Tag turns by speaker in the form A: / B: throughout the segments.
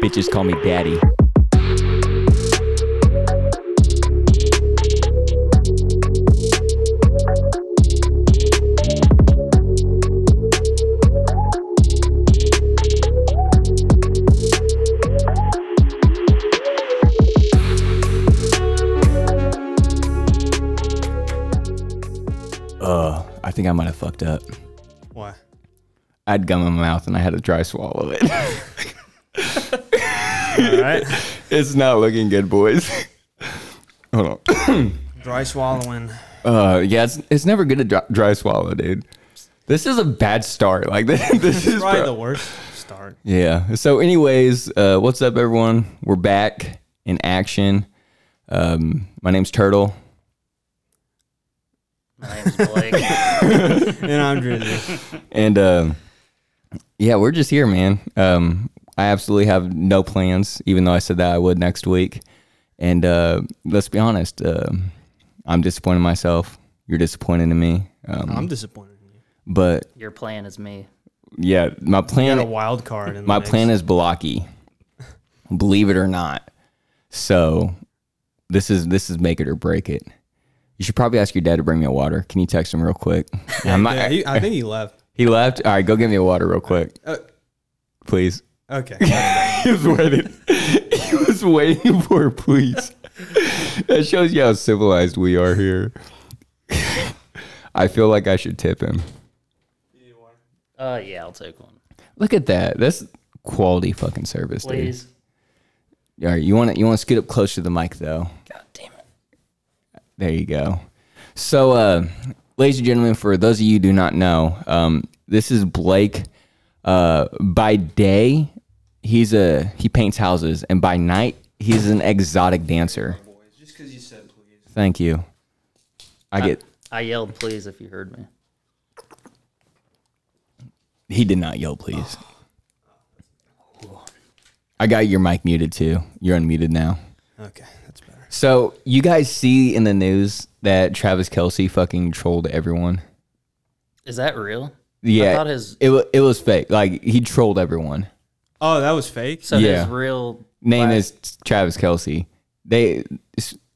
A: Bitches call me daddy. Uh, I think I might have fucked up.
B: Why?
A: I had gum in my mouth and I had to dry swallow it.
B: All right.
A: it's not looking good, boys. Hold on.
B: Dry swallowing.
A: Uh, yeah, it's, it's never good to dry, dry swallow, dude. This is a bad start. Like this, this is
B: Probably
A: pro-
B: the worst start.
A: Yeah. So, anyways, uh, what's up, everyone? We're back in action. Um, my name's Turtle.
C: My name's Blake.
B: And I'm drizzy.
A: and um yeah, we're just here, man. Um, I absolutely have no plans, even though I said that I would next week. And uh, let's be honest, um I'm disappointed in myself. You're disappointed in me. Um,
B: I'm disappointed in you.
A: but
C: Your plan is me.
A: yeah, my
B: You got a
A: plan,
B: wild card. In
A: my plan is blocky. Believe it or not. So this is this is make it or break it. You should probably ask your dad to bring me a water. Can you text him real quick? I'm not,
B: Yeah, he, I think he left.
A: he left. All right, go get me a water real quick,
B: Uh,
A: please.
B: okay.
A: he was waiting. He was waiting for it, please. That shows you how civilized we are here. I feel like I should tip him.
C: Uh, yeah, I'll take one,
A: Look at that. That's quality fucking service,
C: please.
A: dude. All right, you want to you want to scoot up close to the mic though.
C: God damn it!
A: There you go. So, uh, ladies and gentlemen, for those of you who do not know, um, this is Blake. Uh, by day, he's a he paints houses, and by night, he's an exotic dancer.
B: Just because you said please.
A: Thank you. I get.
C: I yelled, please, if you heard me.
A: He did not yell, please. I got your mic muted too. You're unmuted now.
B: Okay, that's better.
A: So you guys see in the news that Travis Kelsey fucking trolled everyone.
C: Is that real?
A: Yeah,
C: I thought his
A: it was it was fake. Like he trolled everyone.
B: Oh, that was fake?
C: so
A: yeah.
C: his real
A: Name
C: Right.
A: is Travis Kelsey. They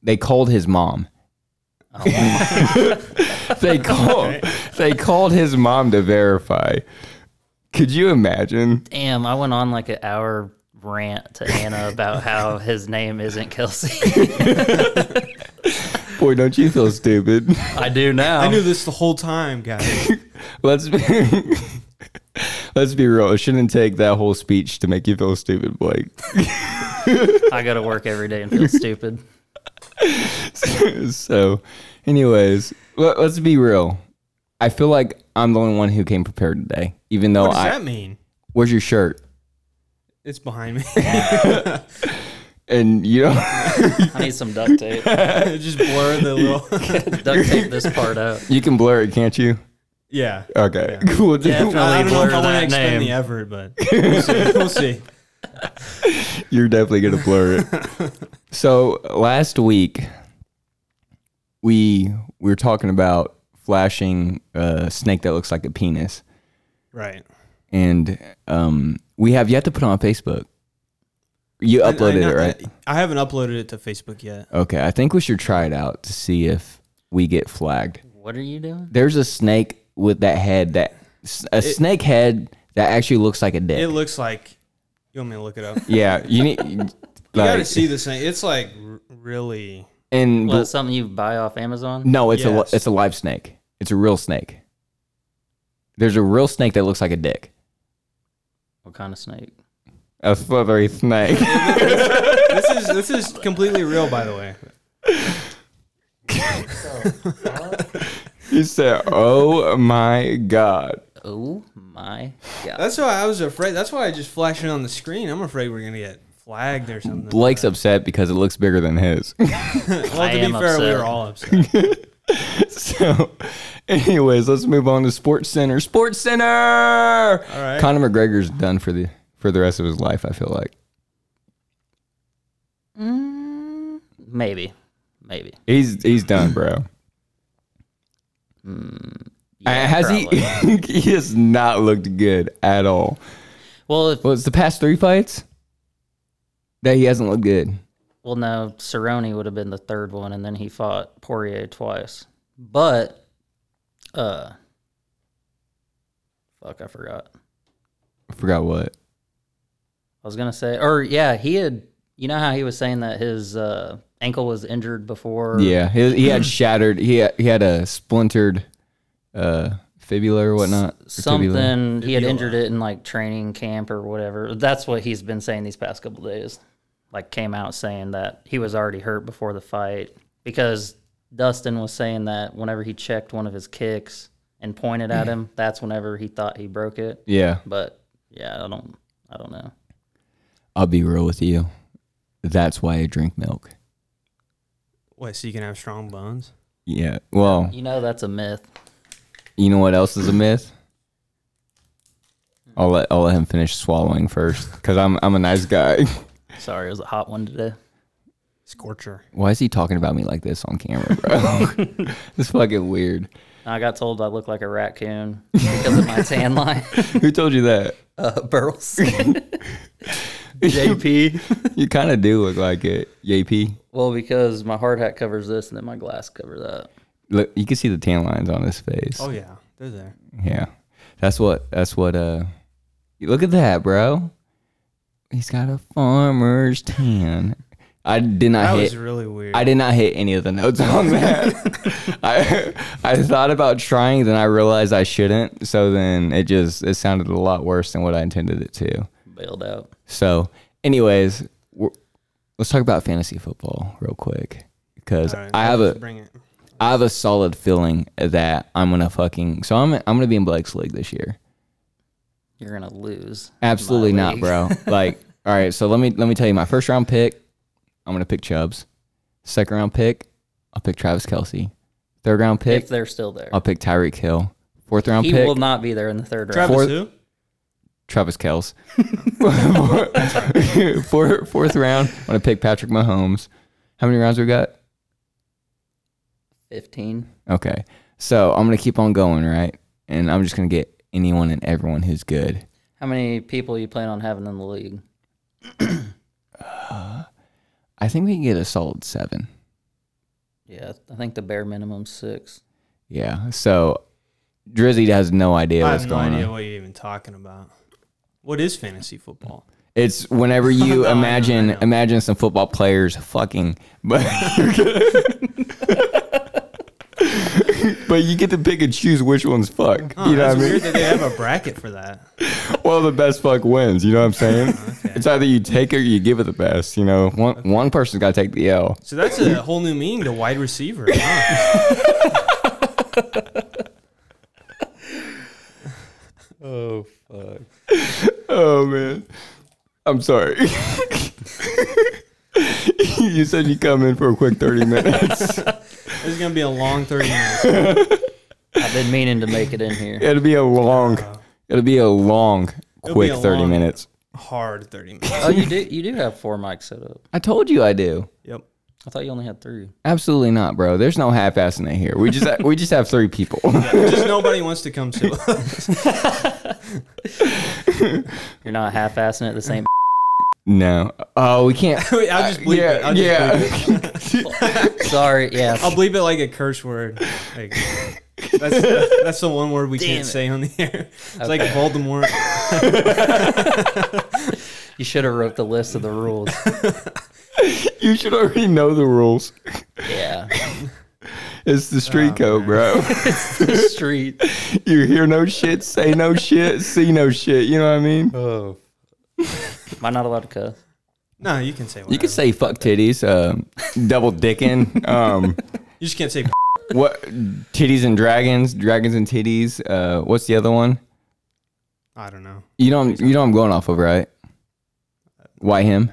A: they called his mom.
B: Oh,
A: they called they called his mom to verify. Could you imagine?
C: damn. I went on like an hour rant to Anna about how his name isn't Kelsey.
A: Boy, don't you feel stupid?
C: I do now.
B: I knew this the whole time, guys.
A: let's be, let's be real. It shouldn't take that whole speech to make you feel stupid, Blake.
C: I go to work every day and feel stupid.
A: so, anyways, let, us be real. I feel like I'm the only one who came prepared today, even though
B: What does
A: I.
B: that mean?
A: Where's your shirt?
B: It's behind me.
A: And you don't.
C: I need some duct tape.
B: Just blur the little.
C: duct tape this part out.
A: You can blur it, can't you?
B: yeah.
A: Okay. Cool.
C: Definitely.
B: I don't know if I
C: blur
B: want
C: that
B: to expend
C: name.
B: the effort, but we'll see. We'll see.
A: You're definitely gonna blur it. so last week, we we were talking about flashing a snake that looks like a penis.
B: Right.
A: and um, we have yet to put it on Facebook. You
B: I- I
A: uploaded
B: know-
A: it, right?
B: I haven't uploaded it to Facebook yet.
A: okay, I think we should try it out to see if we get flagged.
C: What are you doing?
A: There's a snake with that head that a snake head that actually looks like a dick.
B: It looks like. You want me to look it up?
A: yeah, you need
B: You
A: like
B: gotta see this thing. It's like r- really.
A: and
C: What, something you buy off Amazon?
A: no, it's
B: Yes.
A: a it's a live snake. It's a real snake. There's a real snake that looks like a dick.
C: What kind of snake?
A: A slithery snake.
B: This is this is completely real, by the way.
A: he said, "Oh my god."
C: Oh my god!
B: That's why I was afraid. That's why I just flashed it on the screen. I'm afraid we're gonna get flagged or something.
A: Blake's upset because it looks bigger than his.
B: Well,
C: I
B: to be
C: am
B: fair, we
C: upset.
B: were all upset.
A: So, anyways, let's move on to Sports Center. Sports Center. All
B: right.
A: Conor McGregor's done for the for the rest of his life. I feel like
C: Maybe, maybe.
A: he's he's done, bro. Uh, Has he? he has not looked good at all.
C: Well, if,
A: Well, it's the past three fights. That he hasn't looked good.
C: Well, no, Cerrone would have been the third one, and then he fought Poirier twice. But, uh, fuck, I forgot.
A: I forgot what.
C: I was gonna say, or yeah, he had. You know how he was saying that his uh, ankle was injured before.
A: Yeah, he, he had shattered. He had, he had a splintered uh, fibula or whatnot. or tibula.
C: something he had
B: Fibula.
C: injured it in like training camp or whatever. That's what he's been saying these past couple days. Like came out saying that he was already hurt before the fight because Dustin was saying that whenever he checked one of his kicks and pointed at him, that's whenever he thought he broke it.
A: Yeah,
C: But yeah, I don't I don't know.
A: I'll be real with you. That's why I drink milk.
B: What? So you can have strong bones?
A: Yeah. Well,
C: You know that's a myth.
A: you know what else is a myth? I'll let I'll let him finish swallowing first because I'm I'm a nice guy.
C: Sorry, it was a hot one today.
B: Scorcher.
A: Why is he talking about me like this on camera, bro? it's fucking weird.
C: I got told I look like a raccoon because of my tan line.
A: Who told you that?
C: Uh, Burles. JP.
A: You kind of do look like it, JP.
C: Well, because my hard hat covers this and then my glass cover that.
A: Look, you can see the tan lines on his face.
B: Oh yeah, they're there.
A: Yeah, that's what. That's what. Uh, you look at that, bro. He's got a farmer's tan. I did not
B: That
A: hit.
B: was really weird.
A: I did not hit any of the notes on that. I I thought about trying, then I realized I shouldn't. So then it just it sounded a lot worse than what I intended it to.
C: Bailed out.
A: So, anyways, we're, let's talk about fantasy football real quick because
B: All right,
A: I have
B: let's
A: a
B: bring it.
A: I have a solid feeling that I'm gonna fucking so I'm I'm gonna be in Blake's league this year.
C: You're gonna lose.
A: Absolutely
C: My
A: not,
C: league.
A: bro. Like, all right, so let me let me tell you my first round pick, I'm gonna pick Chubbs. Second round pick, I'll pick Travis Kelsey. Third round
C: If
A: pick,
C: they're still there,
A: I'll pick Tyreek Hill. Fourth round
C: he
A: pick,
C: will not be there in the third round.
B: Travis
A: Fourth-
B: who?
A: Travis Kells. fourth, fourth round, I'm gonna pick Patrick Mahomes. How many rounds we got?
C: Fifteen.
A: Okay. So I'm gonna keep on going, right? And I'm just gonna get anyone and everyone who's good.
C: How many people you plan on having in the league?
A: I think we can get a solid seven.
C: Yeah, I think the bare minimum six.
A: Yeah. So Drizzy has no idea
B: I
A: what's
B: have no
A: going
B: idea
A: on.
B: what you're even talking about. What is fantasy football?
A: It's whenever you
B: No, I know, I
A: imagine
B: know.
A: imagine some football players fucking, but but you get to pick and choose which ones fuck.
B: Huh,
A: you know
B: that's
A: what I mean?
B: weird that they have a bracket for that.
A: Well, the best fuck wins. You know what I'm saying? It's either you take it or you give it the best. You know, one one person's got to take the L.
B: So that's a whole new meaning to wide receiver. huh?
C: Oh fuck.
A: Oh man, I'm sorry. you said you come in for a quick 30 minutes.
B: This is gonna be a long thirty minutes.
C: I've been meaning to make it in here.
A: It'll be a long, it'll be a long,
B: It'll
A: quick
B: be a
A: 30
B: long-
A: minutes.
B: Hard thirty minutes.
C: Oh, you do. You do have four mics set up.
A: I told you I do.
B: Yep.
C: I thought you only had three.
A: Absolutely not, bro. There's no half-assing it here. We just we just have three people.
B: Just nobody wants to come to us.
C: You're not half-assing it the same.
A: no. Oh, we can't.
B: Wait, I'll just bleep it.
A: yeah,
B: I'll just bleep it.
A: yeah.
C: Sorry. Yeah.
B: I'll bleep it like a curse word. Like, that's, that's the one word we
C: it.
B: can't say on the air. It's like Voldemort.
C: You should have wrote the list of the rules.
A: you should already know the rules.
C: Yeah.
A: It's the street
B: Oh,
A: code, bro.
C: Street.
A: you hear no shit, say no shit, see no shit. You know what I mean?
C: Oh. Am I not allowed to cuss?
B: No, you can say whatever.
A: You could say fuck titties, um, double dicking, um,
B: You just can't say.
A: what titties and dragons, dragons and titties. Uh, what's the other one?
B: I don't know.
A: You know, I'm, you know, I'm going off of right. Why him?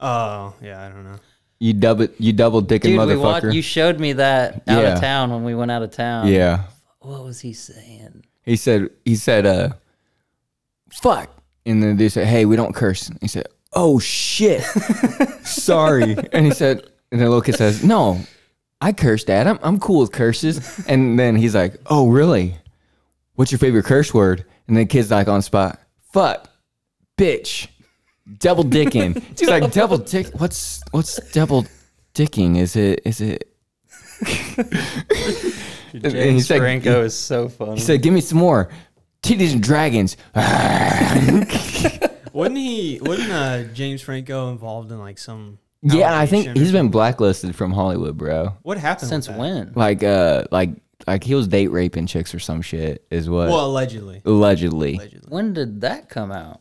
B: Oh yeah, I don't know.
A: You double, you double dicking
C: Dude, we watched,
A: motherfucker.
C: you showed me that out
A: Yeah.
C: of town when we went out of town.
A: yeah,
C: What was he saying?
A: he said. He said, uh, fuck. And then they said, hey, we don't curse. And he said, oh shit, sorry. And he said, and then Lucas says, no, I curse, Dad. I'm I'm cool with curses. And then he's like, oh really? What's your favorite curse word? And then kid's like on the spot, fuck, bitch, double dicking. She's like double dick. What's what's double dicking? Is it is it? he
C: James
A: said-
C: Franco is so funny.
A: He said, "Give me some more titties and dragons."
B: Wasn't he? Wasn't uh, James Franco involved in like some?
A: yeah, I think
B: allegation or
A: he's been blacklisted from Hollywood, bro.
B: What happened
C: Since
B: with that?
C: when?
A: Like uh, like like he was date raping chicks or some shit is what
B: Well, allegedly.
A: allegedly.
B: Allegedly.
C: When did that come out?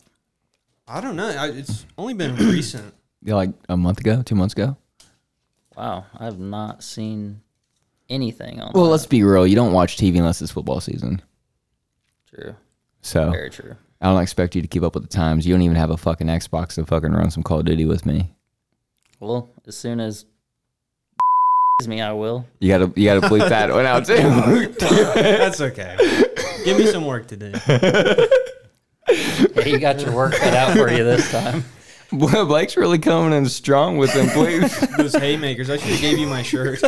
B: I don't know. I, it's only been recent.
A: Yeah, like a month ago, two months ago.
C: Wow, I've not seen anything on
A: Well,
C: that.
A: let's be real. You don't watch TV unless it's football season.
C: True.
A: So
C: Very true.
A: I don't expect you to keep up with the times. You don't even have a fucking Xbox to fucking run some Call of Duty with me.
C: Well, as soon as me, I will.
A: You gotta you gotta bleep that one out too.
B: That's okay. Give me some work today.
C: Hey, you got your work cut out for you this time.
A: Boy, Blake's really coming in strong with them bleeps.
B: Those haymakers. I should have gave you my shirt.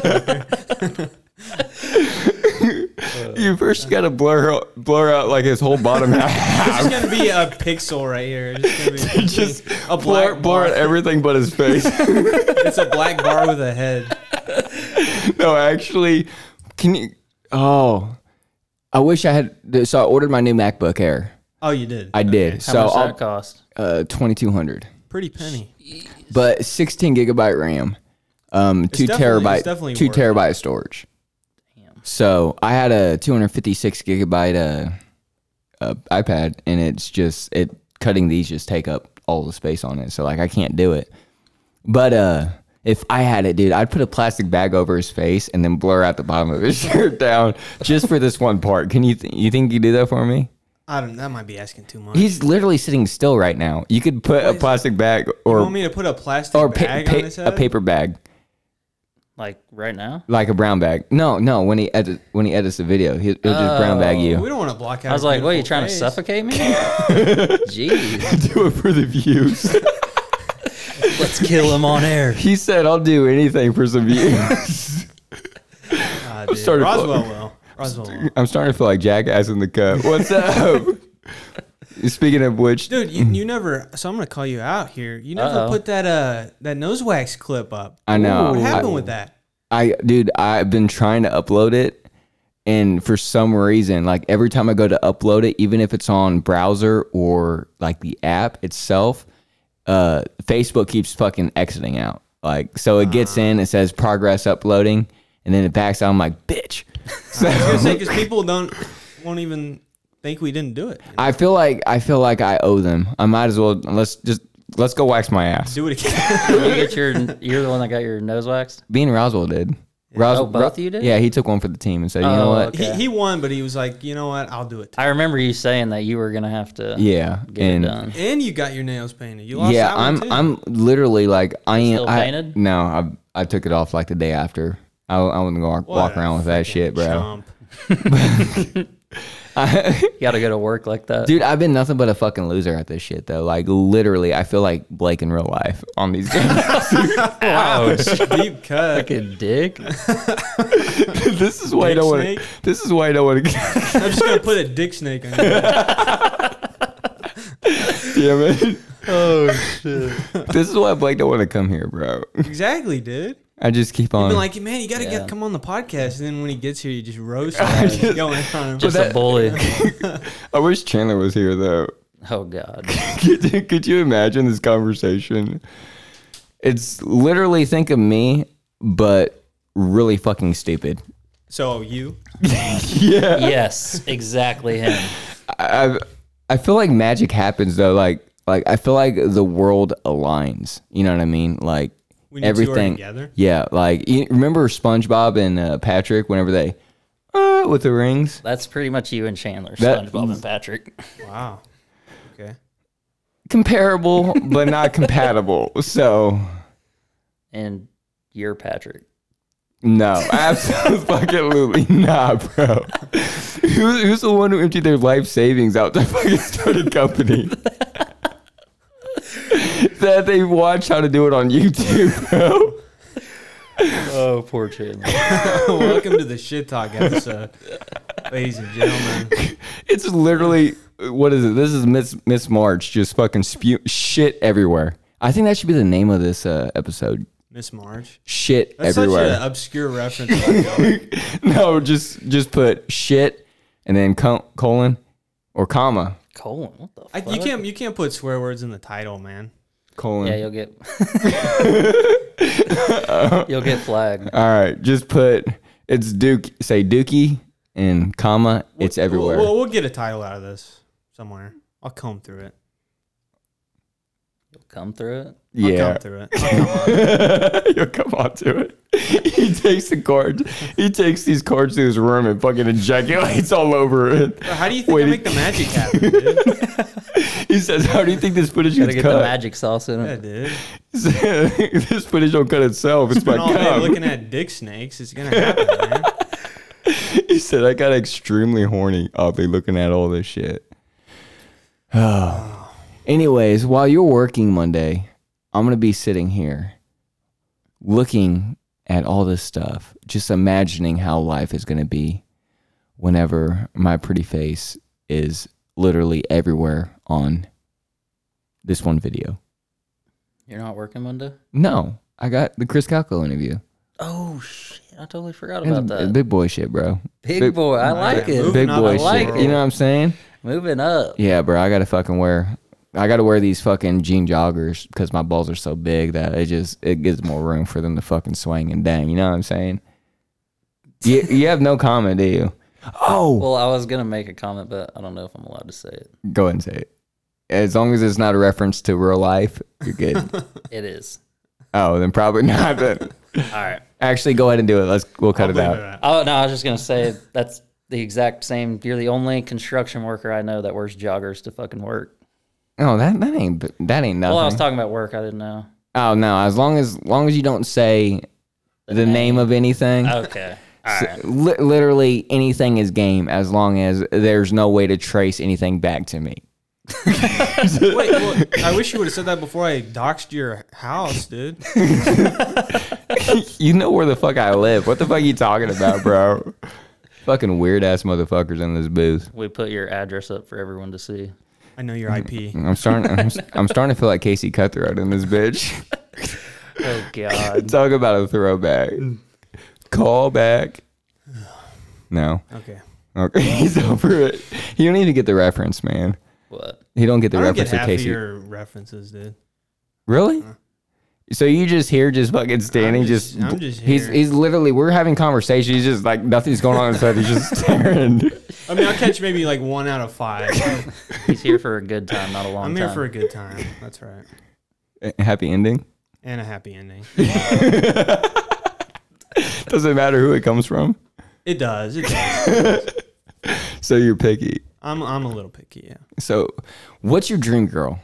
A: you first gotta blur out- blur out like his whole bottom half.
B: It's gonna be a pixel right here. It's gonna be
A: Just
B: a
A: blur blur
B: black bar.
A: out everything but his face.
B: It's a black bar with a head.
A: no, actually, can you? Oh, I wish I had. So I ordered my new MacBook Air.
B: Oh, you did.
A: I did.
C: How
A: so
C: much
A: I'll,
C: that cost?
A: uh, twenty two hundred,
B: Pretty penny.
A: but sixteen gigabyte RAM, um, two
B: definitely- it's
A: terabyte,
B: definitely
A: two
B: worth it.
A: terabyte storage.
C: Damn.
A: So I had a two hundred fifty six gigabyte uh, uh, iPad, and it's just it cutting these just take up all the space on it. So like I can't do it. But uh, if I had it, dude, I'd put a plastic bag over his face and then blur out the bottom of his shirt down just for this one part. Can you th- you think you do that for me?
B: I don't. That might be asking too much.
A: He's literally sitting still right now. You could put a plastic bag
B: you
A: or
B: want me to put a plastic
A: or pa-
B: bag on his
A: pa-
B: head?
A: a paper bag,
C: Like right now?
A: like a brown bag. No, no. When he edit, when he edits a video, he, he'll just brown bag
B: we
A: you.
B: don't want to block out.
C: I was
B: a
C: like, what are you
B: beautiful
C: trying to
B: face."
C: suffocate me? Jeez.
A: Oh. do it for the views.
C: Let's kill him on air.
A: he said, "I'll do anything for some views."
B: Ah, dude.
A: starting to-
B: Roswell will. Roswell will.
A: I'm starting to feel like jackass in the cup. What's up? Speaking of which,
B: Dude, you, you never. So I'm gonna call you out here. You never
C: Uh-oh.
B: put that uh that nose wax clip up.
A: I know.
B: What happened
A: I-
B: with that?
A: I dude, I've been trying to upload it and for some reason, like every time I go to upload it, even if it's on browser or like the app itself, uh Facebook keeps fucking exiting out. Like so it
C: Ah.
A: gets in, it says progress uploading, and then it backs out. I'm like, bitch. So
B: I was gonna say because people don't won't even think we didn't do it.
A: I feel like I feel like I owe them. I might as well let's just let's go wax my ass.
B: Do it again.
C: You get your, you're the one that got your nose waxed?
A: Bean Roswell did. Ros-
C: Oh, both of you did?
A: Yeah, he took one for the team and said, you know
C: Oh,
A: what?
C: okay.
B: he, he won, but he was like, you know what? I'll do it.
C: I remember you saying that you were going to have to
A: Yeah,
C: get
A: and
C: it done.
B: And you got your nails painted. You lost
A: yeah,
B: that
A: I'm
B: one too.
A: I'm literally like I am.
C: Still
A: I,
C: painted?
A: No, I I took it off like the day after. I, I wouldn't go walk,
B: What
A: walk
B: a
A: around with that shit, bro.
B: Chump.
C: You got to go to work like that.
A: Dude, I've been nothing but a fucking loser at this shit though. Like literally, I feel like Blake in real life on these games. Oh,
C: Ouch.
B: Deep cut.
C: Fucking dick.
A: this is why I
B: Dick
A: don't want.
B: snake?
A: This is why I don't want to.
B: I'm just gonna put a dick snake on you.
A: Damn it. Oh shit. this is why Blake don't want to come here, bro.
B: Exactly, dude.
A: I just keep
B: I've
A: on.
B: been like, man, you gotta
C: Yeah.
B: get come on the podcast, and then when he gets here, you just roast him. Just go in on him.
C: Just
A: that-
C: a bully.
A: I wish Chandler was here though.
C: Oh, God.
A: could, you, could you imagine this conversation? It's literally think of me, but really fucking stupid.
B: So you,
A: Yeah,
C: Yes, exactly him.
A: I, I- I feel like magic happens though. Like, like I feel like the world aligns. You know what I mean? Like
B: When you two are
A: everything.
B: together?
A: Yeah, like you remember SpongeBob and uh, Patrick whenever they uh, with the rings.
C: That's pretty much you and Chandler,
A: That-
C: SpongeBob and Patrick.
B: wow. Okay.
A: Comparable, but not compatible. So
C: And you're Patrick.
A: No, absolutely not, bro. Who, who's the one who emptied their life savings out to fucking start a company? that they watch how to do it on YouTube, bro.
C: Oh, poor Chandler.
B: Welcome to the shit talk episode. ladies and gentlemen.
A: It's literally what is it? This is Miss Miss March just fucking spew shit everywhere. I think that should be the name of this uh, episode.
B: Miss March.
A: Shit
B: That's such an
A: everywhere.
B: obscure reference. Like,
A: no, just just put shit and then co- colon or comma
C: Colon, what the
B: I,
C: fuck?
B: you can't you can't put swear words in the title, man.
A: colon.
C: Yeah, you'll get. you'll get flagged.
A: All right, just put it's Duke. Say Dookie and comma. It's everywhere.
B: We'll, we'll get a title out of this somewhere. I'll comb through it.
C: You'll come through it.
B: I'll
A: yeah,
B: comb through it. I'll comb-
A: You'll come on to it. He takes the cords. He takes these cords to his room and fucking ejaculates all over it.
B: How do you think
A: Wait,
B: I make the magic happen, dude?
A: He says, "How do you think this footage
C: Gotta
A: gets
C: get the
A: cut?"
C: magic sauce in
B: Yeah,
C: it.
B: dude.
A: this footage don't cut itself. It's my
B: Been all day
A: cum.
B: looking at dick snakes. It's gonna happen, man.
A: He said, "I got extremely horny, oddly looking at all this shit." Anyways, while you're working Monday, I'm gonna be sitting here, looking at all this stuff, just imagining how life is gonna be whenever my pretty face is literally everywhere on this one video.
C: You're not working Monday.
A: No, I got the Chris Calco interview.
C: Oh shit! I totally forgot
A: That's
C: about that.
A: Big boy shit, bro.
C: Big,
A: big-
C: boy, I like
B: yeah,
C: it.
B: moving
A: Big
B: up.
A: boy
C: I like
A: shit.
C: it.
A: You know what I'm saying?
C: Moving up.
A: Yeah, bro, I gotta fucking wear. I gotta wear these fucking jean joggers because my balls are so big that it just it gives more room for them to fucking swing and dang. You know what I'm saying? You, you have no comment, do you? Oh,
C: Well, I was gonna make a comment, but I don't know if I'm allowed to say it.
A: go ahead and say it. As long as it's not a reference to real life, you're good.
C: It is.
A: oh, then probably not. But
C: All right.
A: actually, go ahead and do it. Let's we'll cut it
B: Believe
A: out.
B: it or not.
C: Oh no, I was just gonna say that's the exact same. You're the only construction worker I know that wears joggers to fucking work.
A: Oh, that that ain't that ain't nothing.
C: Well, I was talking about work. I didn't know.
A: oh no, as long as long as you don't say the, name. of anything.
C: Okay. All right.
A: Li- literally anything is game as long as there's no way to trace anything back to me.
B: Wait, well, I wish you would have said that before I doxed your house, dude.
A: you know where the fuck I live. What the fuck you talking about, bro? Fucking weird ass motherfuckers in this booth.
C: We put your address up for everyone to see.
B: I know your IP.
A: I'm starting. I'm, I'm starting to feel like Casey Cutthroat in this bitch.
C: Oh god.
A: Talk about a throwback. Call back. No.
B: Okay.
A: Okay. He's over it. He don't even get the reference, man.
C: what?
A: He don't get the
B: I don't get
A: reference to
B: half of
A: Casey.
B: your references, dude.
A: Really? So you just here, just fucking standing,
B: Uh-huh. just-
A: just,
B: I'm just
A: he's
B: here.
A: he's literally we're having conversations. He's just like nothing's going on inside. He's just staring.
B: I mean, I'll catch maybe like one out of five.
C: He's here for a good time, not a long
B: I'm
C: time.
B: here for a good time. That's right. Eh,
A: Happy ending.
B: And a happy ending.
A: Doesn't matter who it comes from.
B: It does. It does.
A: So you're picky.
B: I'm I'm a little picky. Yeah.
A: So, what's your dream girl?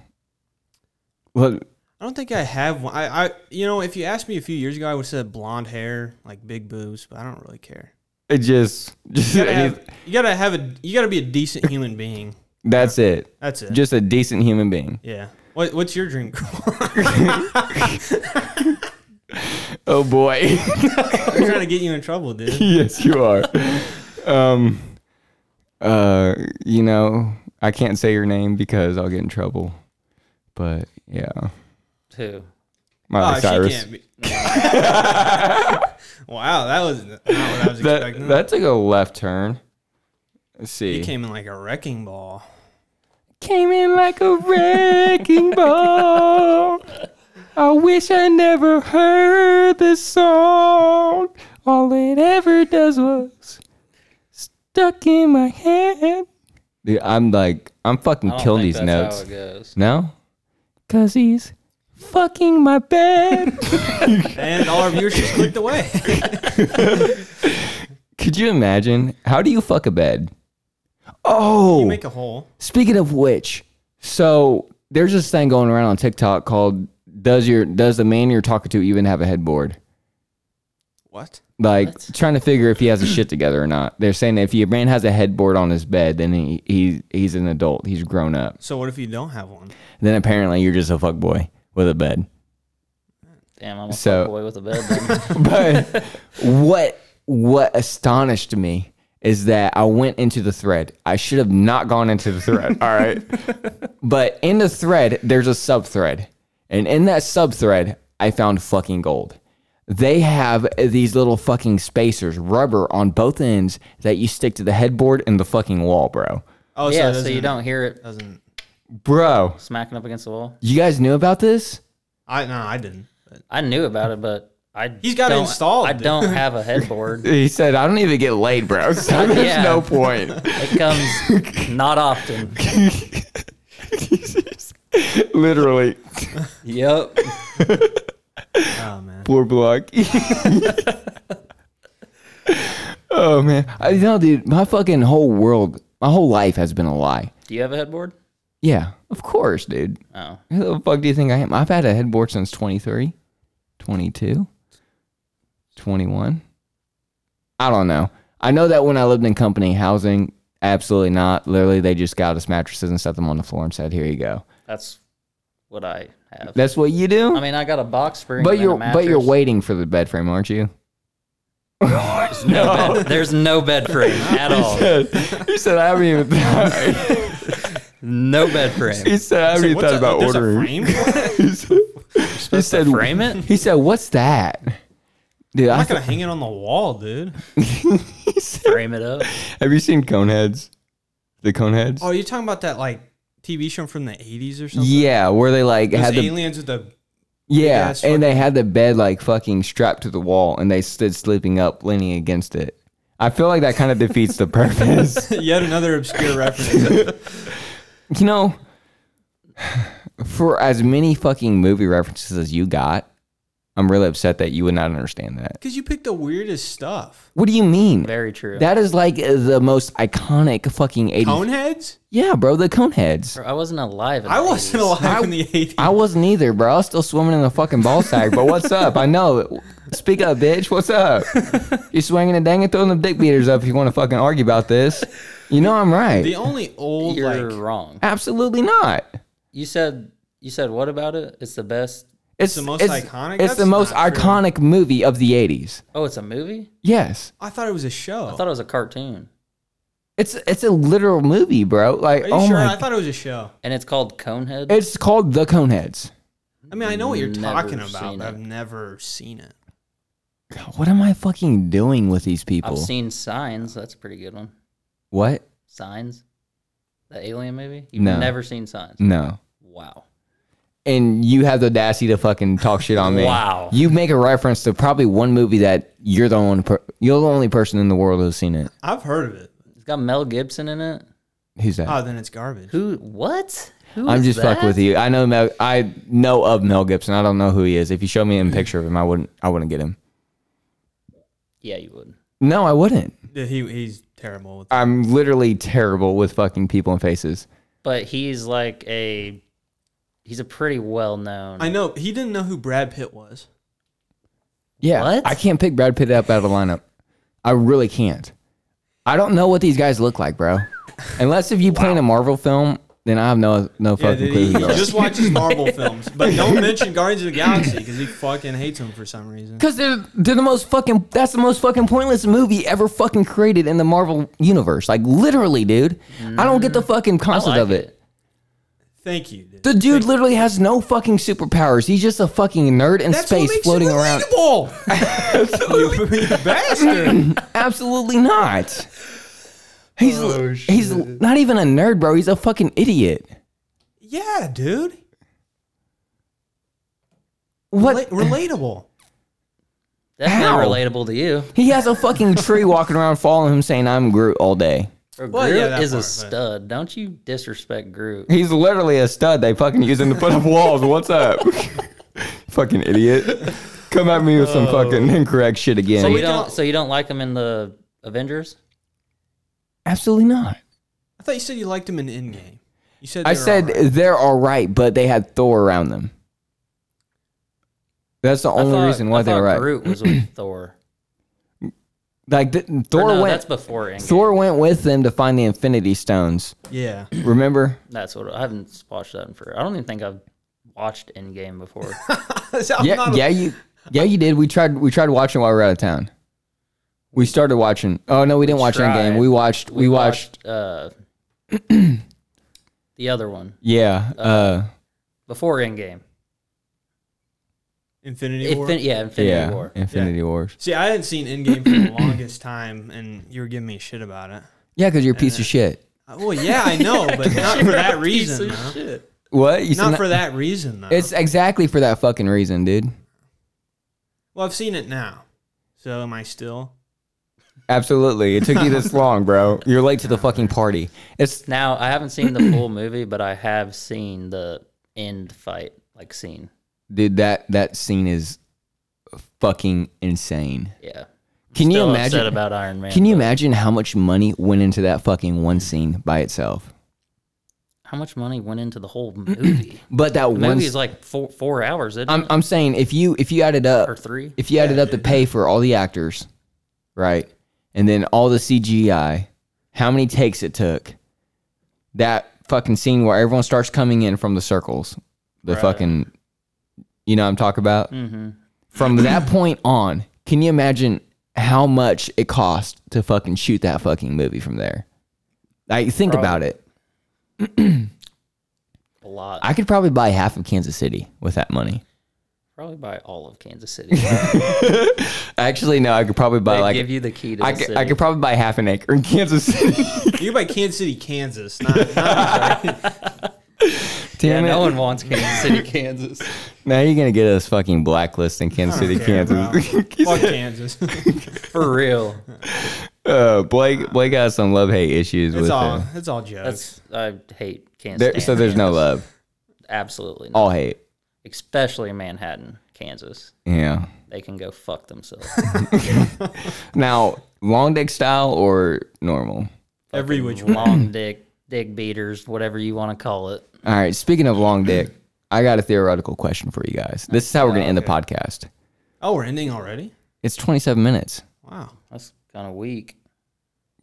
A: What?
B: I don't think I have one. I, I you know if you asked me a few years ago, I would have said blonde hair, like big boobs, but I don't really care.
A: It just just
B: You gotta
A: any-
B: have, you gotta have a you gotta be a decent human being.
A: that's it.
B: That's it.
A: Just a decent human being.
B: yeah. What, what's your dream girl?
A: Oh boy.
B: I'm trying to get you in trouble, dude.
A: yes, you are. um, uh, you know, I can't say your name because I'll get in trouble. But yeah,
C: Two.
A: Miley
C: Ah,
B: Oh, she
A: Cyrus.
B: can't be. wow, that was not what I was
A: That
B: expecting.
A: that took a left turn. Let's
B: you
A: see. Came,
B: came in like a wrecking ball.
A: in like a wrecking ball. I wish I never heard this song. All it ever does was stuck in my head. Dude, I'm like, I'm fucking
C: I don't
A: killing
C: think
A: these
C: that's
A: notes.
C: How it goes.
A: No? Because he's fucking my bed.
B: And all our viewers just clicked away.
A: Could you imagine? How do you fuck a bed?
B: you
A: Oh,
B: make a hole.
A: speaking of which, so there's this thing going around on TikTok called does your does the man you're talking to even have a headboard?
B: What?
A: Like
C: What?
A: trying to figure if he has a shit together or not. They're saying if your man has a headboard on his bed, then he, he he's an adult. He's grown up.
B: So what if you don't have one?
A: Then apparently you're just a fuck boy with a bed.
C: Damn, I'm a
A: So-
C: so, boy with a bed. Then.
A: but what what astonished me is that I went into the thread. I should have not gone into the thread. All right. but in the thread, there's a sub thread. And in that sub thread, I found fucking gold. They have these little fucking spacers, rubber on both ends that you stick to the headboard and the fucking wall, bro.
B: Oh, it
C: yeah, so
B: doesn't-
C: you don't hear it
B: doesn't.
A: Bro,
C: smacking up against the wall.
A: you guys knew about this?
B: I no, I didn't. But
C: I knew about it, but I
B: He's got it
C: don't-
B: installed,
C: I
B: dude.
C: don't have a headboard.
A: He said, I don't even get laid, bro. So there's
C: Yeah.
A: no point.
C: It comes not often.
A: Literally,
C: Yep.
B: oh man,
A: poor block. oh man, I know, dude. My fucking whole world, my whole life has been a lie.
C: Do you have a headboard?
A: Yeah, of course, dude.
C: Oh,
A: Who the fuck do you think I am? I've had a headboard since 23, 22, 21. I don't know. I know that when I lived in company housing, absolutely not. Literally, they just got us mattresses and set them on the floor and said, "Here you go."
C: that's what I have.
A: That's what you do.
C: I mean, I got a box spring.
A: But
C: and
A: you're
C: a mattress.
A: but you're waiting for the bed frame, aren't you? no.
C: There's no bed frame at all.
A: he said I haven't even
C: No bed frame.
A: he said I haven't
B: Say,
A: even
B: what's
A: thought
B: a-
A: about
B: there's a
A: ordering.
B: frame?
A: he said, he said
C: Frame it.
A: He said, "What's that?" Dude,
B: I'm
A: I
B: not gonna hang it on the wall, dude.
C: Frame it up.
A: have you seen Coneheads? The Coneheads?
B: Oh, you're talking about that like TV show from the '80s or something?
A: yeah, where they like
B: Those
A: had the
B: aliens with the
A: yeah, and
B: ass
A: they had the bed like fucking strapped to the wall, and they stood sleeping up, leaning against it. I feel like that kind of defeats the purpose.
B: yet another obscure reference.
A: you know, for as many fucking movie references as you got, I'm really upset that you would not understand that.
B: Because you picked the weirdest stuff.
A: What do you mean?
C: Very true.
A: That is like the most iconic fucking 80s.
B: Coneheads?
A: Yeah, bro, the Coneheads.
C: I wasn't alive. In
B: I
C: the
B: wasn't
C: 80s.
B: alive in the '80s.
A: I wasn't either, bro. I was still swimming in the fucking ball sack, but what's up? I know. Speak up, bitch. What's up? You're swinging a dang and throwing them dick beaters up if you want to fucking argue about this. You know I'm right.
B: the only old
C: You're
B: like
C: wrong.
A: Absolutely not.
C: You said you said what about it? It's the best.
A: It's
B: the most iconic?
A: It's the
B: That's
A: most
B: not true.
A: iconic movie of the 80s.
C: Oh, it's a movie.
A: Yes.
B: I thought it was a show.
C: I thought it was a cartoon,
A: It's it's a literal movie, bro. Like,
B: Are you
A: oh
B: sure?
A: my.
B: I thought it was a show.
C: and it's called Conehead.
A: it's called The Coneheads.
B: I mean, I know what you're
C: Never
B: talking
C: seen
B: about, but
C: it.
B: I've never seen it.
A: God, What am I fucking doing with these people?
C: I've seen Signs. That's a pretty good one.
A: what?
C: Signs, the Alien movie. You've
A: No.
C: never seen Signs.
A: No.
C: Wow.
A: and you have the audacity to fucking talk shit on me.
C: Wow.
A: You make a reference to probably one movie that you're the only per- you're the only person in the world who's seen it.
B: I've heard of it.
C: It's got Mel Gibson in it.
A: Who's that?
B: Oh, then it's garbage.
C: Who? What? Who
A: I'm
C: is
A: just fucking
C: that?
A: with you. I know Mel, I know of Mel Gibson. I don't know who he is. If you show me a picture of him, I wouldn't I wouldn't get him.
C: Yeah, you would.
A: No, I wouldn't.
B: Yeah, He, he's terrible. With
A: I'm literally terrible with fucking people and faces.
C: But he's like a. He's a pretty well known.
B: I know he didn't know who Brad Pitt was.
A: Yeah,
C: What?
A: I can't pick Brad Pitt up out of a lineup. I really can't. I don't know what these guys look like, bro. Unless if you play in a Marvel film, then I have no no
B: Yeah,
A: fucking
B: dude,
A: clue.
B: he,
A: Who
B: he
A: you are.
B: just watches Marvel films, but don't mention Guardians of the Galaxy because he fucking hates them for some reason.
A: Because they're they're the most fucking that's the most fucking pointless movie ever fucking created in the Marvel universe. Like literally, dude. I don't get the fucking concept
C: like
A: of it.
C: it.
B: Thank you. Dude.
A: The dude literally has no fucking superpowers. He's just a fucking nerd in
B: That's what
A: space
B: makes
A: floating
B: you
A: around.
B: relatable. you, you bastard. Oh,
A: Absolutely not. He's he's not even a nerd, bro. He's a fucking idiot.
B: Yeah, dude.
A: What?
B: Rela- relatable.
C: Definitely
A: How?
C: relatable to you.
A: He has a fucking tree walking around following him saying I'm Groot all day.
C: Or
B: Well,
C: Groot
B: yeah, that
C: is a
B: part, but-
C: stud. Don't you disrespect Groot.
A: He's literally a stud. They fucking use him to put up walls. What's up? fucking idiot. Come at me with some fucking incorrect shit again.
C: So you
B: can
C: don't.
B: al-
C: So you don't like him in the Avengers?
A: Absolutely not.
B: I thought you said you liked him in Endgame. You said
A: I
B: they were
A: said
B: alright.
A: they're all right, but they had Thor around them. That's the
C: I
A: only
C: thought-
A: reason why
C: I
A: they were
C: thought
A: right.
C: Groot was with Thor.
A: Like th-
C: Or
A: Thor
C: no,
A: went.
C: that's before Endgame.
A: Thor went with them to find the Infinity Stones.
B: Yeah.
A: Remember?
C: That's what I haven't watched that in forever. I don't even think I've watched Endgame before.
B: So I'm
A: Yeah,
B: not a-
A: yeah, you, yeah, you did. We tried. We tried watching while we were out of town. We started watching. Oh no, we didn't watch
C: tried.
A: Endgame. We watched. We, watched,
C: uh, the other one
A: Yeah. Uh,
C: before Endgame.
B: Infinity War.
C: Infin- yeah, Infinity
A: yeah.
C: War.
A: Infinity Wars.
B: See, I hadn't seen Endgame for the longest time, and you were giving me shit about it.
A: Yeah, because you're a piece of shit.
B: Uh, Well, yeah, I know, but not for that reason.
C: Piece of
B: though.
C: shit.
A: What? You said
B: Not
A: no-
B: for that reason, though.
A: It's exactly for that fucking reason, dude.
B: well, I've seen it now, so am I still?
A: Absolutely. It took you this long, bro. You're late to the fucking party. It's
C: Now I haven't seen the full movie, but I have seen the end fight like scene.
A: dude. That that scene is fucking insane.
C: Yeah. I'm
A: Can you
C: still
A: imagine?
C: upset about Iron Man?
A: can you
C: but
A: imagine how much money went into that fucking one scene by itself?
C: How much money went into the whole movie?
A: But that
C: the
A: one.
C: movie is like four four hours, isn't
A: I'm
C: it?
A: I'm saying if you if you added up
C: Or three?
A: if you added up the pay for all the actors, right, and then all the CGI, how many takes it took? That fucking scene where everyone starts coming in from the circles, the fucking, you know, what I'm talking about.
C: Mm-hmm.
A: From that point on, can you imagine how much it cost to fucking shoot that fucking movie from there? Like, think about it.
C: A lot.
A: I could probably buy half of Kansas City with that money.
C: Probably by all of Kansas City.
A: Actually, no, I could probably buy
C: They
A: like
C: give you the key to
A: I
C: the
A: could,
C: city.
A: I could probably buy half an acre in Kansas City.
B: You're by Kansas City, Kansas. Not, not
C: yeah,
A: Damn it.
C: no one wants Kansas City, Kansas.
A: Now you're gonna get us fucking blacklist in Kansas City, Kansas.
B: fuck Kansas.
C: For real.
A: uh, Blake Blake has some love hate issues
B: It's
A: with
B: all
A: it.
B: it's all jokes.
C: That's I hate Kansas.
A: There, so there's no love,
C: absolutely not.
A: all hate.
C: Especially in Manhattan, Kansas.
A: Yeah.
C: They can go fuck themselves.
A: Now long dick style or normal.
B: Every which one.
C: Long dick, dick beaters, whatever you want to call it.
A: All right. Speaking of long dick, I got a theoretical question for you guys. This is how we're gonna end the podcast.
B: Oh, we're ending already.
A: It's 27 minutes.
B: Wow.
C: That's kind of weak.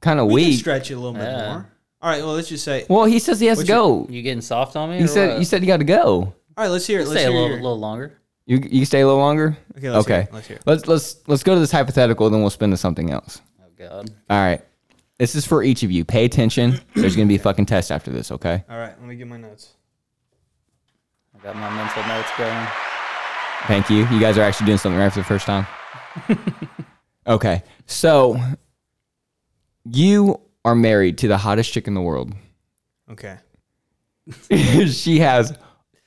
A: Kind of
B: We can
A: weak.
B: stretch it a little bit
C: Yeah.
B: more. All right. Well, let's just say.
A: well, he says he has to go.
C: You getting soft on me?
A: You
C: or
A: said
C: what?
A: you said you got to go.
B: All right. Let's hear it. Let's
C: stay a
B: hear
C: little,
B: your-
C: little longer.
A: You you stay a little longer.
B: Okay. Let's Hear
A: okay.
B: it. Let's hear it.
A: Let's let's let's go to this hypothetical, then we'll spin to something else.
C: Oh God.
A: All right. This is for each of you. Pay attention. There's going to be a fucking test after this, okay?
B: All right. Let me get my notes.
C: I got my mental notes going.
A: Thank you. You guys are actually doing something right for the first time. okay. So you are married to the hottest chick in the world.
B: Okay.
A: she has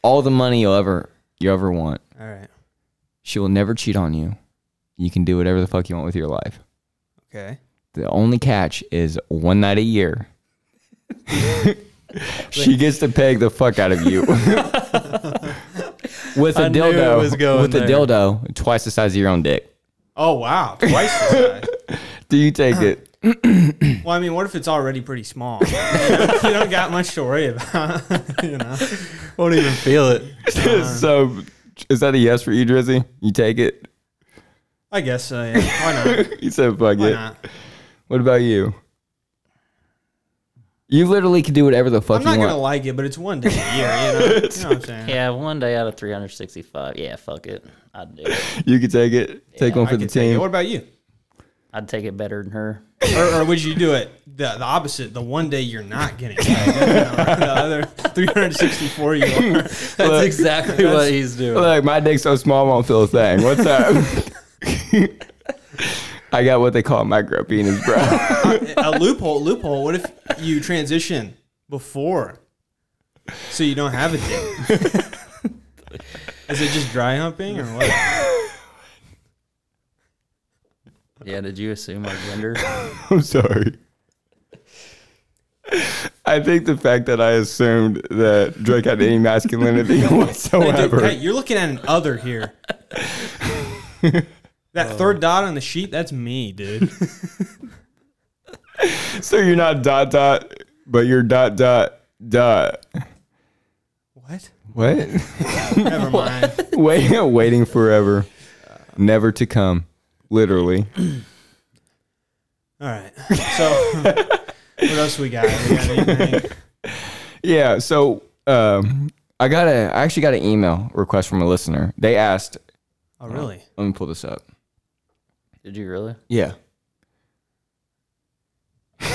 A: all the money you'll ever you ever want.
B: All right.
A: She will never cheat on you. You can do whatever the fuck you want with your life.
B: Okay.
A: The only catch is one night a year. she gets to peg the fuck out of you with a
C: I knew it
A: dildo.
C: was going
A: with a
C: there.
A: dildo twice the size of your own dick.
B: Oh wow. Twice the size.
A: Do you take it?
B: Well, I mean, what if it's already pretty small? you, know, you don't got much to worry about. you know,
C: Won't even feel it.
A: so, is that a yes for you, Drizzy? You take it?
B: I guess so. Yeah. Why not?
A: You said fuck
B: Why
A: it.
B: not?
A: What about you? You literally can do whatever the fuck
B: I'm not
A: you
B: gonna
A: want.
B: like it, but it's one day a year. You know, you know what I'm saying?
C: Yeah, one day out of 365. Yeah, fuck it. I'd do it.
A: You could take it. Take one
B: I
A: for the
B: could take it. What
A: team.
B: about you?
C: I'd take it better than her.
B: or, or would you do it the, the opposite? The one day you're not getting paid, you know, the other 364 you are.
A: Look.
C: That's exactly what he's doing.
A: Look, my dick's so small, I won't feel a thing. What's up? I got what they call micro penis, bro.
B: A loophole, loophole. What if you transition before, so you don't have a dick? Is it just dry humping or what?
C: Yeah, did you assume our gender?
A: I'm sorry. I think the fact that I assumed that Drake had any masculinity
B: Dude,
A: whatsoever.
B: hey, you're looking at an other here. That third dot on the sheet, that's me, dude.
A: So you're not dot dot, but you're dot dot dot.
B: What?
A: What?
B: Never mind.
A: Wait, waiting forever, never to come. Literally.
B: All right. So, what else we got? We got anything?
A: Yeah. So um, I got a. I actually got an email request from a listener. They asked.
B: Oh, really?
A: Let me pull this up.
C: Did you really?
A: Yeah.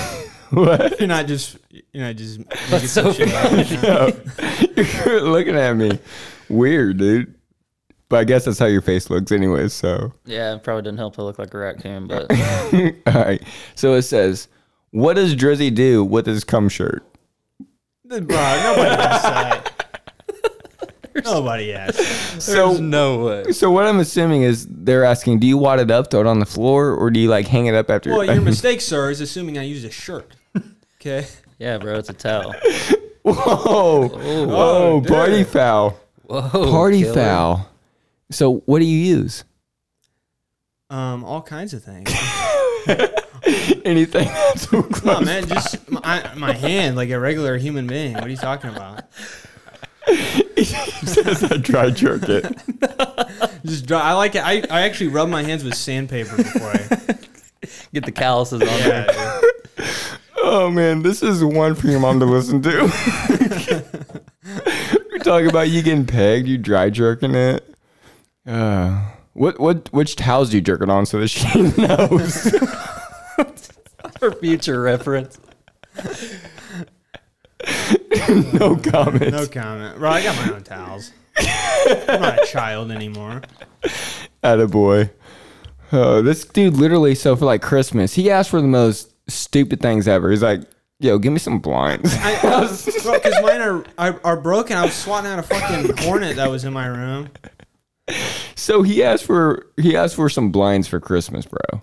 A: What?
B: You're not just you're not just making
C: so
B: some shit up.
A: No. You're looking at me. Weird, dude. But I guess that's how your face looks anyway, so.
C: Yeah, it probably didn't help to look like a raccoon, but
A: All right. So it says, "What does Drizzy do with his cum shirt?"
B: Bro, nobody asks that. nobody asks. that. Oh.
A: So,
D: no way.
A: so what I'm assuming is they're asking, "Do you wad it up, throw it on the floor, or do you like hang it up after?"
B: Well, your mistake, sir, is assuming I used a shirt. Okay.
C: yeah, bro, it's a towel.
A: Whoa, whoa, party foul,
C: Whoa,
A: party
C: killer.
A: foul. So what do you use?
B: Um, all kinds of things.
A: Anything that's so close.
B: No, man, just my, my hand, like a regular human being. What are you talking about?
A: he says I dry jerk it.
B: Just dry. I like it. I, I actually rub my hands with sandpaper before I.
C: Get the calluses on there.
B: Yeah,
A: Oh man, this is one for your mom to listen to. We're talking about you getting pegged, you dry jerking it. Uh, what what which towels do you jerk it on so that she knows?
C: for future reference.
A: no comments.
B: no comment. Bro, I got my own towels. I'm not a child anymore.
A: Attaboy. Oh, this dude literally so for like Christmas, he asked for the most stupid things ever. He's like, "Yo, give me some blinds."
B: I, because mine are, are are broken. I was swatting out a fucking hornet that was in my room.
A: so he asked for he asked for some blinds for Christmas, bro.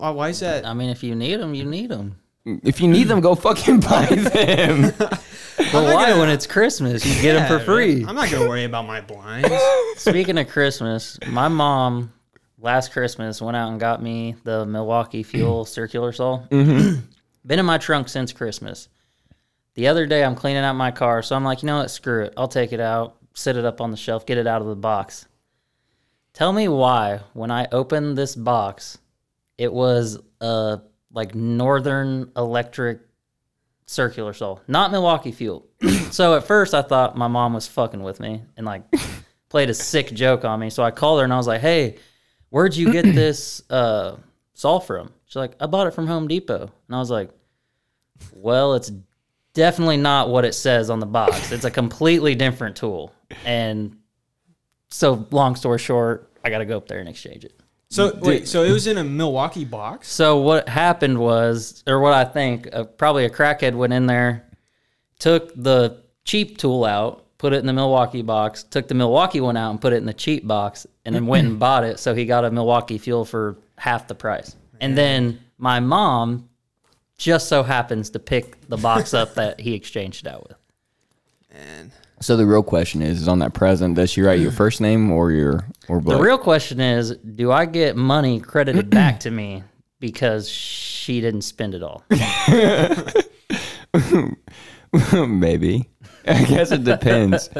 B: Uh, Why is that?
C: I mean, if you need them, you need them.
A: If you need them, go fucking buy them.
C: But
B: not
C: why,
B: gonna-
C: when it's Christmas, you get them
B: Yeah,
C: for free.
B: I'm not gonna worry about my blinds.
C: Speaking of Christmas, my mom last Christmas went out and got me the Milwaukee Fuel circular saw. Been in my trunk since Christmas. The other day, I'm cleaning out my car, so I'm like, you know what? Screw it. I'll take it out, sit it up on the shelf, get it out of the box. Tell me why, when I opened this box, it was a like Northern Electric circular saw, not Milwaukee Fuel. so at first, I thought my mom was fucking with me and like played a sick joke on me. So I called her and I was like, "Hey, where'd you get this uh, saw from?" She's like, "I bought it from Home Depot." And I was like, "Well, it's definitely not what it says on the box. It's a completely different tool." And so, long story short, I got to go up there and exchange it.
B: So wait, so it was in a Milwaukee box.
C: So what happened was, or what I think, uh, probably a crackhead went in there, took the cheap tool out, put it in the Milwaukee box, took the Milwaukee one out and put it in the cheap box, and then went and bought it. So he got a Milwaukee fuel for half the price. And then my mom just so happens to pick the box up that he exchanged it out with.
A: So the real question is, is on that present, does she write your first name or your or
C: The
A: Blake?
C: real question is, do I get money credited back to me because she didn't spend it all?
A: Maybe. I guess it depends.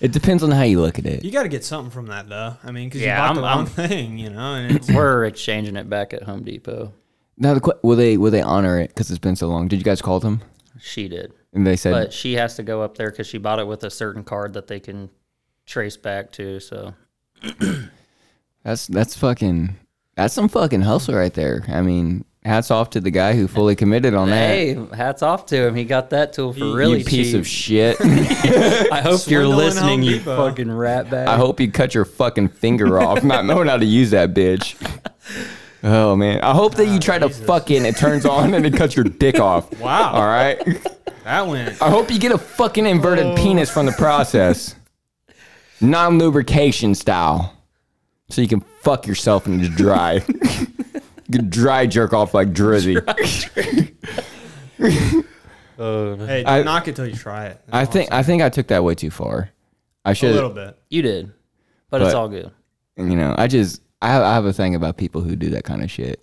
A: it depends on how you look at it.
B: You got to get something from that though. I mean, because
C: Yeah,
B: you bought
C: I'm-
B: the wrong
C: I'm-
B: thing, you know. And it's,
C: We're exchanging it back at Home Depot.
A: Now, the, que- will they will they honor it because it's been so long? Did you guys call them
C: She did.
A: and they said
C: but she has to go up there because she bought it with a certain card that they can trace back to. So
A: that's that's fucking that's some fucking hustle right there? I mean, hats off to the guy who fully committed on that.
C: hey, hats off to him. He got that tool for really
A: you piece
C: cheap.
A: of shit.
C: I hope you're
B: Swindling
C: listening,
B: Home
C: you
B: Depot.
C: fucking rat
A: I
C: bag.
A: hope you cut your fucking finger off, not knowing how to use that bitch. Oh man, I hope that you try to fucking it turns on and it cuts your dick off.
B: Ah, Wow.
A: All right.
B: that went.
A: I hope you get a fucking inverted
B: Oh.
A: penis from the process. non lubrication style. So you can fuck yourself and just dry. you can dry jerk off like Drizzy.
B: Hey,
A: I-
B: knock it till you try it.
A: I think I think I took that way too far. I
B: a little
A: should
B: bit.
C: You did, but, it's
A: But-
C: all good.
A: you know, I just I have, I have a thing about people who do that kind of shit.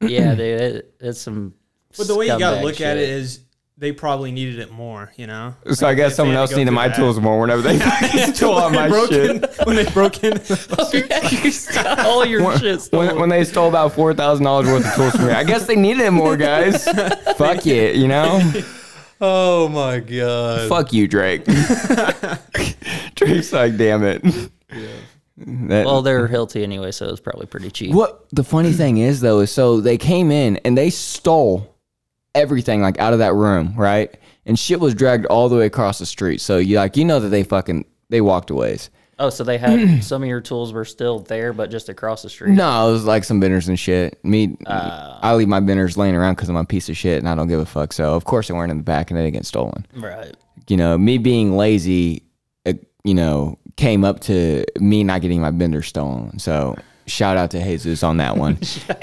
C: Yeah, dude, it, it's some.
B: But the way you got
C: scumbag
B: to look at it
C: shit.
B: is they probably needed it more, you know.
A: So I guess someone
B: had to
A: else
B: go
A: needed
B: through
A: my
B: that.
A: tools more whenever they fucking stole all my
B: broke
A: shit.
B: in- when they broke in.
C: Yeah, you got all your shit
A: When,
C: stolen.
A: when they stole about four thousand dollars worth of tools from me, I guess they needed it more, guys. Fuck it, you know.
D: Oh my god.
A: Fuck you, Drake. Drake's like, damn it. That-
C: well, they're Hilti anyway, so it's probably pretty cheap.
A: what the funny thing is though is so they came in and they stole everything like out of that room, right? And shit was dragged all the way across the street. So you like you know that they fucking they walked away.
C: Oh, so they had some of your tools were still there, but just across the street.
A: No, it was like some benders and shit. Me, I leave my benders laying around because I'm a piece of shit and I don't give a fuck. So of course they weren't in the back and they didn't get stolen.
C: Right.
A: You know, me being lazy, uh, you know, came up to me not getting my bender stolen. So shout out to Jesus on that one.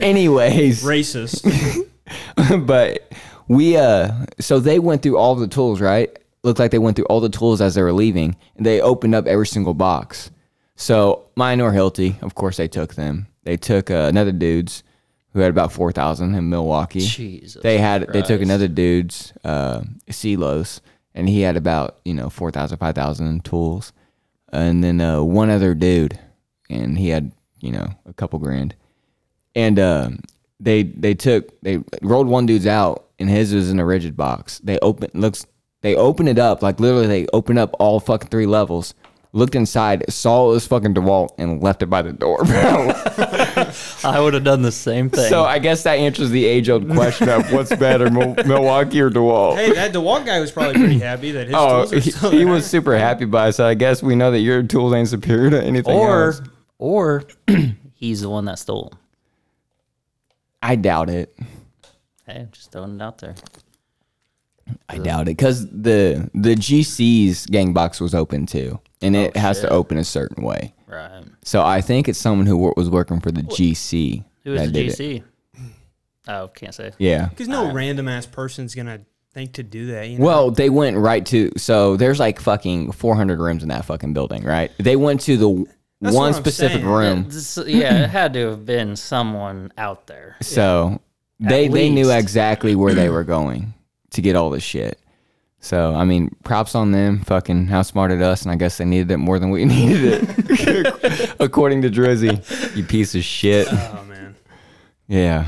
A: Anyways,
B: Racist.
A: but we uh so they went through all the tools right looked like they went through all the tools as they were leaving and they opened up every single box so mine or hilty of course they took them they took uh, another dude's who had about 4000 in milwaukee
C: Jesus
A: they had they took
C: Christ.
A: another dude's uh silos and he had about you know 4000 5000 tools and then uh one other dude and he had you know a couple grand and uh, they they took they rolled one dude's out and his was in a rigid box. They open looks they opened it up like literally they opened up all fucking three levels. Looked inside, saw it was fucking DeWalt, and left it by the door. Bro.
C: I would have done the same thing.
A: so I guess that answers the age-old question of what's better, Mil- Milwaukee or DeWalt?
B: hey, that DeWalt guy was probably pretty happy that his
A: oh,
B: tools are
A: he,
B: still
A: he
B: there.
A: was super happy by it. So I guess we know that your tools ain't superior to anything
C: or
A: else.
C: or he's the one that stole 'em.
A: I doubt it.
C: Hey, I'm just throwing it out there.
A: I doubt it because the the GC's gang box was open too, and
B: Oh,
A: it has to open a certain way.
C: Right.
A: So I think it's someone who wor- was working for the GC.
C: Who was
A: that
C: the
A: did it.
C: GC? Oh, can't say.
A: Yeah.
B: Because no random ass person's gonna think to do that. You know?
A: Well, they went right to so there's like fucking 400 rooms in that fucking building, right? They went to the
B: That's
A: one
B: what I'm
A: specific
B: saying.
A: room.
C: This- yeah, it had to have been someone out there.
A: So they
C: At
A: they knew
C: least.
A: exactly where they were going to get all this shit. So I mean, props on them. Fucking outsmarted us, and I guess they needed it more than we needed it, according to Drizzy. You piece of shit.
B: oh man,
A: Yeah,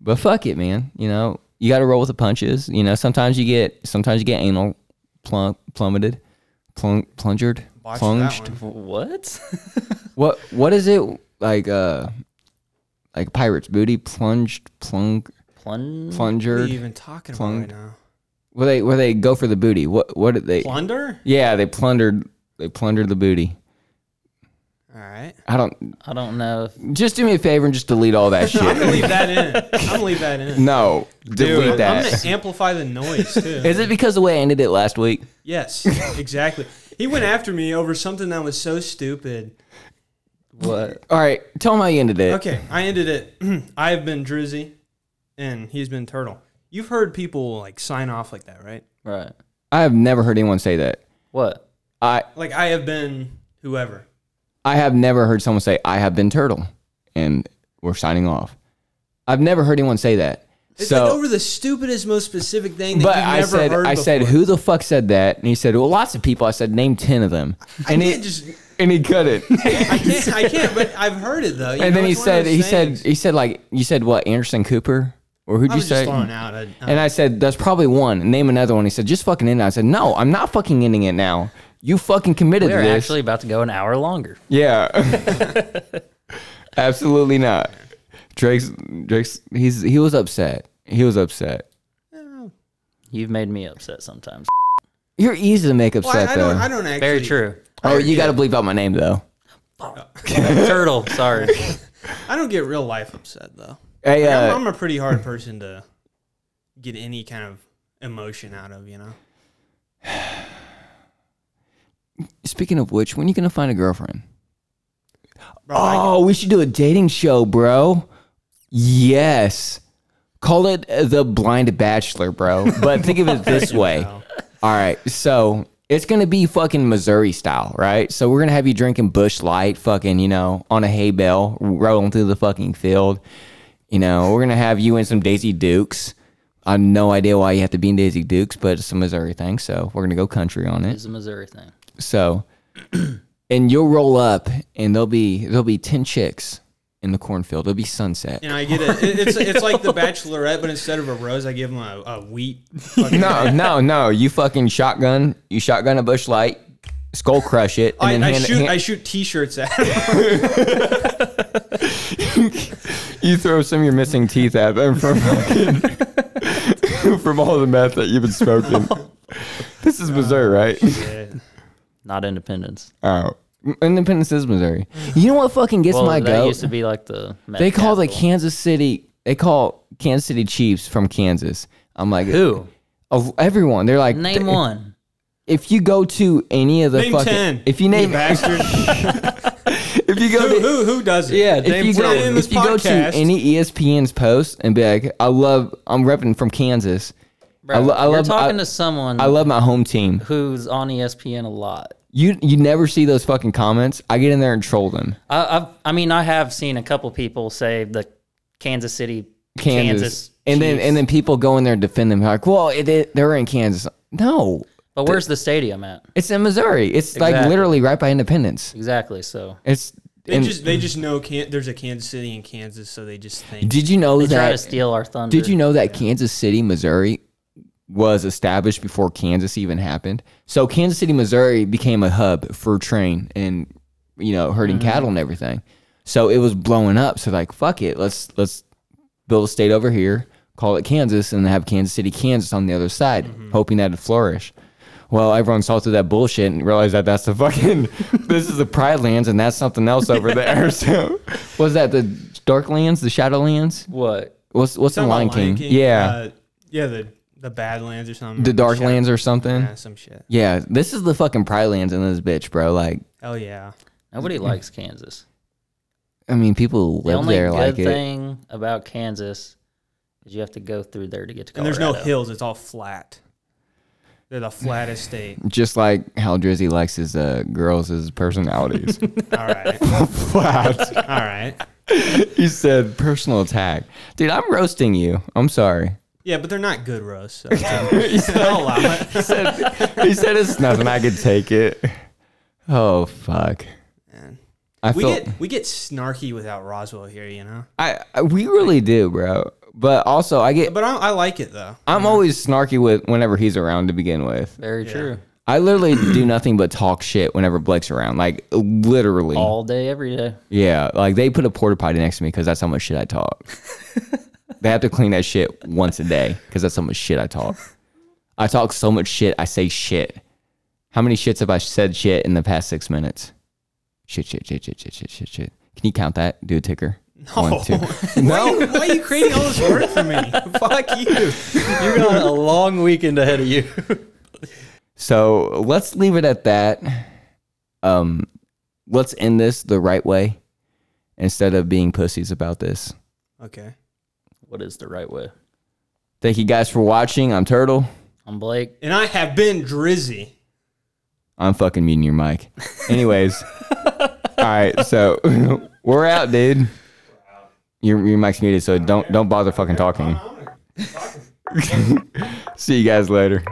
A: but fuck it, man. You know you got to roll with the punches. You know sometimes you get sometimes you get anal plump, plummeted, plung, plungered,
B: Watch that
A: plunged.
B: one.
C: What?
A: What what is it like? Uh, like pirates' booty, plunged, plung,
C: Plun-
B: What are
A: plungered.
B: you even talking
A: Plung-
B: about right now?
A: Where they where they go for the booty? What what did they?
B: Plunder.
A: Yeah, they plundered. They plundered the booty.
B: All right,
A: I don't.
C: I don't know. If,
A: Just do me a favor and just delete all that
B: I'm gonna
A: shit.
B: leave that in. I'm gonna leave that in.
A: no, delete
B: I'm, I'm
A: that.
B: gonna amplify the noise too.
A: Is it because the way I ended it last week?
B: yes, exactly. He went after me over something that was so stupid.
A: What? All right, tell them how you ended it.
B: Okay, I ended it. I have been Drizzy, and he's been Turtle. You've heard people like sign off like that, right?
C: right.
A: I have never heard anyone say that.
C: What?
A: I
B: Like I have been whoever.
A: I have never heard someone say I have been turtle, and we're signing off. I've never heard anyone say that.
B: It's
A: so.
B: like over the stupidest, most specific thing that
A: but
B: you've
A: I
B: never
A: said,
B: heard
A: I
B: before.
A: said, who the fuck said that? And he said, well, lots of people. I said, name ten of them,
B: I
A: and
B: can't
A: he
B: just
A: and he couldn't.
B: I can't. I can't. But I've heard it though. You
A: and
B: know,
A: then he
B: it's one of
A: said
B: those
A: he
B: things.
A: said he said like you said what Anderson Cooper or who'd
B: I
A: you
B: was just
A: say?
B: throwing out. I, I,
A: And I said that's probably one. Name another one. He said just fucking end it. I said no, I'm not fucking ending it now. You fucking committed
C: We
A: to
C: are
A: this.
C: actually about to go an hour longer.
A: yeah, absolutely not. Drake's Drake's he's he was upset. He was upset.
C: You've made me upset sometimes.
A: You're easy to make
B: well, I,
A: upset
B: I
A: though.
B: don't. I don't actually.
C: Very true.
A: oh, you got to bleep out my name though.
C: Turtle. Sorry.
B: I don't get real life upset though.
A: Hey,
B: Like,
A: uh,
B: I'm, I'm a pretty hard person to get any kind of emotion out of. You know.
A: speaking of which, when you gonna find a girlfriend?
B: Bro, I,
A: Oh, we should do a dating show, bro. Yes. Call it uh, the Blind Bachelor, bro. But think of it this way. All right. So it's going to be fucking Missouri style, right? So we're going to have you drinking Bush Light, fucking, you know, on a hay bale, rolling through the fucking field. You know, we're going to have you in some Daisy Dukes. I have no idea why you have to be in Daisy Dukes, but it's a Missouri thing. So we're going to go country on it.
C: It's a Missouri thing.
A: So, and you'll roll up, and there'll be there'll be ten chicks in the cornfield. It'll be sunset.
B: you know, I get it. it it's it's like the Bachelorette, but instead of a rose, I give them a, a wheat. fucking-
A: No, no, no! You fucking shotgun. You shotgun a bush light, skull crush it, and
B: I,
A: then
B: I
A: hand,
B: shoot.
A: hand-
B: I shoot T-shirts at. 'em.
A: you throw some of your missing teeth at them. From
E: from all the meth that you've been smoking. this is Missouri, right?
C: Not Independence.
E: Oh,
A: Independence is Missouri. You know what fucking gets
C: Well,
A: my
C: that
A: goat?
C: used to be like the. meth
A: They call the
C: capital.
A: Kansas City. They call Kansas City Chiefs from Kansas. I'm like
C: Who?
A: Of everyone, they're like
C: Name
A: they-
C: one.
A: If you go to any of the
B: Name
A: fucking,
B: 10.
A: if you name,
B: Bastard.
A: if you go
B: who,
A: to,
B: who, who does it?
A: yeah, if
B: name
A: you, go,
B: 10. In this
A: if you go
B: podcast.
A: to any E ESPN's post and be like, I love, I'm repping from Kansas.
C: Bro,
A: I, lo- I
C: you're
A: love,
C: talking
A: I,
C: to someone
A: I love my home team.
C: who's on E ESPN a lot.
A: You, you never see those fucking comments. I get in there and troll them.
C: I, I've, I mean, I have seen a couple people say the Kansas City,
A: Kansas.
C: Kansas,
A: and then,
C: Chiefs.
A: and then people go in there and defend them. Like, well, it, it, they're in Kansas. No,
C: but where's the stadium at?
A: It's in Missouri. It's like
C: Exactly.
A: literally right by Independence.
C: Exactly. So
A: It's.
B: They
A: and
B: just they just know can- there's a Kansas City in Kansas, so they just think.
A: did you know
C: they try to
A: that?
C: steal our thunder.
A: Did you know that Kansas City, Missouri, was established before Kansas even happened? So Kansas City, Missouri, became a hub for train and you know herding cattle and everything. So it was blowing up. So like, fuck it, let's let's build a state over here, call it Kansas, and have Kansas City, Kansas on the other side, hoping that it flourish. Well, everyone saw through that bullshit and realized that that's the fucking this is the Pride Lands and that's something else over there. So was that the Dark Lands, the Shadowlands?
C: what?
A: What's what's the
B: Something about
A: Lion King?
B: Lion
A: Yeah,
B: uh, yeah, the the Badlands or something.
A: the Dark
B: Shit.
A: Lands or something.
B: Yeah, some shit.
A: Yeah, this is the fucking Pride Lands in this bitch, bro. Like,
B: Hell yeah.
C: Nobody likes Kansas.
A: I mean, people
C: The
A: live
C: only
A: there
C: good
A: like it.
C: thing about Kansas is you have to go through there to get to
B: And
C: Colorado.
B: there's no hills; it's all flat. They're the flattest state.
A: Just like how Drizzy likes his uh, girls' his personalities.
B: All right,
A: Flat.
B: all right.
A: he said personal attack. Dude, I'm roasting you. I'm sorry.
B: Yeah, but they're not good roasts. So I'll allow it.
A: He said, he said it's nothing. I could take it. Oh fuck.
B: Man.
A: I
B: We
A: feel
B: get we get snarky without Roswell here, you know.
A: I, I we really do, bro. But also, I get
B: But I, I like it though.
A: I'm always snarky with whenever he's around to begin with.
C: Very true.
A: I literally do nothing but talk shit whenever Blake's around. Like literally.
C: All day, every day.
A: Yeah, like they put a porta potty next to me because that's how much shit I talk. they have to clean that shit once a day because that's how much shit I talk. I talk so much shit. I say shit. How many shits have I said shit in the past six minutes? Shit, shit, shit, shit, shit, shit, shit, shit. Can you count that? Do a ticker. No. One, two.
B: Why, why are you creating all this work for me? Fuck you.
C: You're going a long weekend ahead of you.
A: So let's leave it at that. Um, let's end this the right way instead of being pussies about this.
B: Okay.
C: What is the right way?
A: Thank you guys for watching. I'm Turtle.
C: I'm Blake.
B: And I have been drizzy.
A: I'm fucking muting your mic. Anyways, all right, so we're out, dude. Your your mic's muted, so don't don't bother fucking talking. See you guys later.